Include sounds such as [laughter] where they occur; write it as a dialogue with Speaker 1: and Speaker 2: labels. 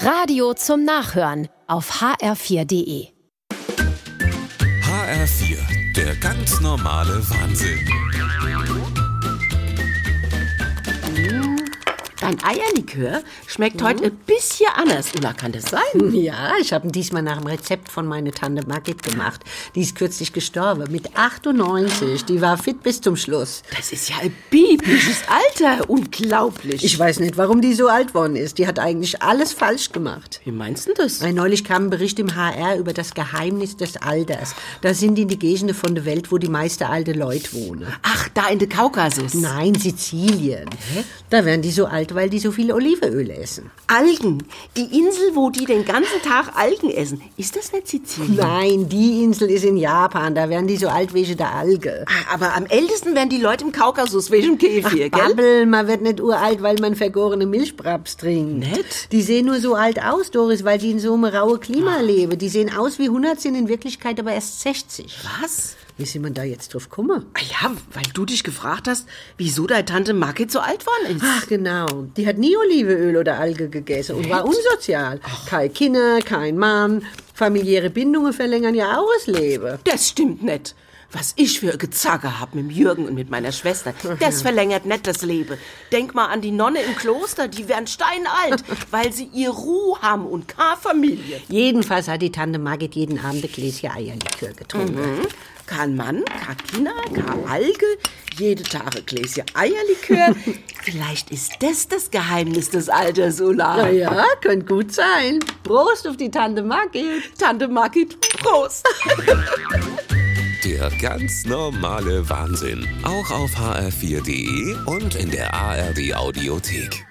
Speaker 1: Radio zum Nachhören auf hr4.de.
Speaker 2: HR4, der ganz normale Wahnsinn.
Speaker 3: Dein Eierlikör schmeckt heute ein bisschen anders, Ulla, kann das sein? [laughs]
Speaker 4: Ja, ich habe ihn diesmal nach dem Rezept von meiner Tante Margit gemacht. Die ist kürzlich gestorben, mit 98. Die war fit bis zum Schluss.
Speaker 3: Das ist ja ein biblisches Alter, unglaublich.
Speaker 4: Ich weiß nicht, warum die so alt worden ist. Die hat eigentlich alles falsch gemacht.
Speaker 3: Wie meinst du das?
Speaker 4: Weil neulich kam ein Bericht im HR über das Geheimnis des Alters. Da sind die, die Gegenden von der Welt, wo die meisten alte Leute wohnen.
Speaker 3: Ach, da in der Kaukasus.
Speaker 4: Nein, Sizilien. Da werden die so alt, weil die so viel Olivenöl essen.
Speaker 3: Algen. Die Insel, wo die den ganzen Tag Algen essen. Ist das nicht Sizilien?
Speaker 4: Nein, die Insel ist in Japan. Da werden die so alt wegen der Alge.
Speaker 3: Ah, Aber am ältesten werden die Leute im Kaukasus, wegen dem Käfir, gell?
Speaker 4: Babbel, man wird nicht uralt, weil man vergorene Milchbraps trinkt.
Speaker 3: Nett. Ah.
Speaker 4: Die sehen nur so alt aus, Doris, weil die in so einem rauen Klima leben. Die sehen aus wie 100, sind in Wirklichkeit aber erst 60.
Speaker 3: Was?
Speaker 4: Wie sind man da jetzt drauf gekommen?
Speaker 3: Ah ja, weil du dich gefragt hast, wieso deine Tante Margit so alt worden ist.
Speaker 4: Ach genau, die hat nie Olivenöl oder Alge gegessen und war unsozial. Kein Kinder, kein Mann. Familiäre Bindungen verlängern ja auch das Leben.
Speaker 3: Das stimmt nicht. Was ich für Gezacke hab mit dem Jürgen und mit meiner Schwester, das verlängert nicht das Leben. Denk mal an die Nonne im Kloster, die werden
Speaker 4: [laughs]
Speaker 3: steinalt, weil sie ihr Ruhe haben und keine Familie.
Speaker 4: Jedenfalls hat die Tante Margit jeden Abend ein Gläschen Eierlikör getrunken.
Speaker 3: Hm? Kein Mann, kein Kinder, kein Alge, jede Tage Gläschen Eierlikör.
Speaker 4: [laughs]
Speaker 3: Vielleicht ist das das Geheimnis des Alters, Ulla.
Speaker 4: Na ja, könnte gut sein. Prost auf die Tante Margit.
Speaker 3: Tante Margit, Prost!
Speaker 2: Der ganz normale Wahnsinn. Auch auf hr4.de und in der ARD Audiothek.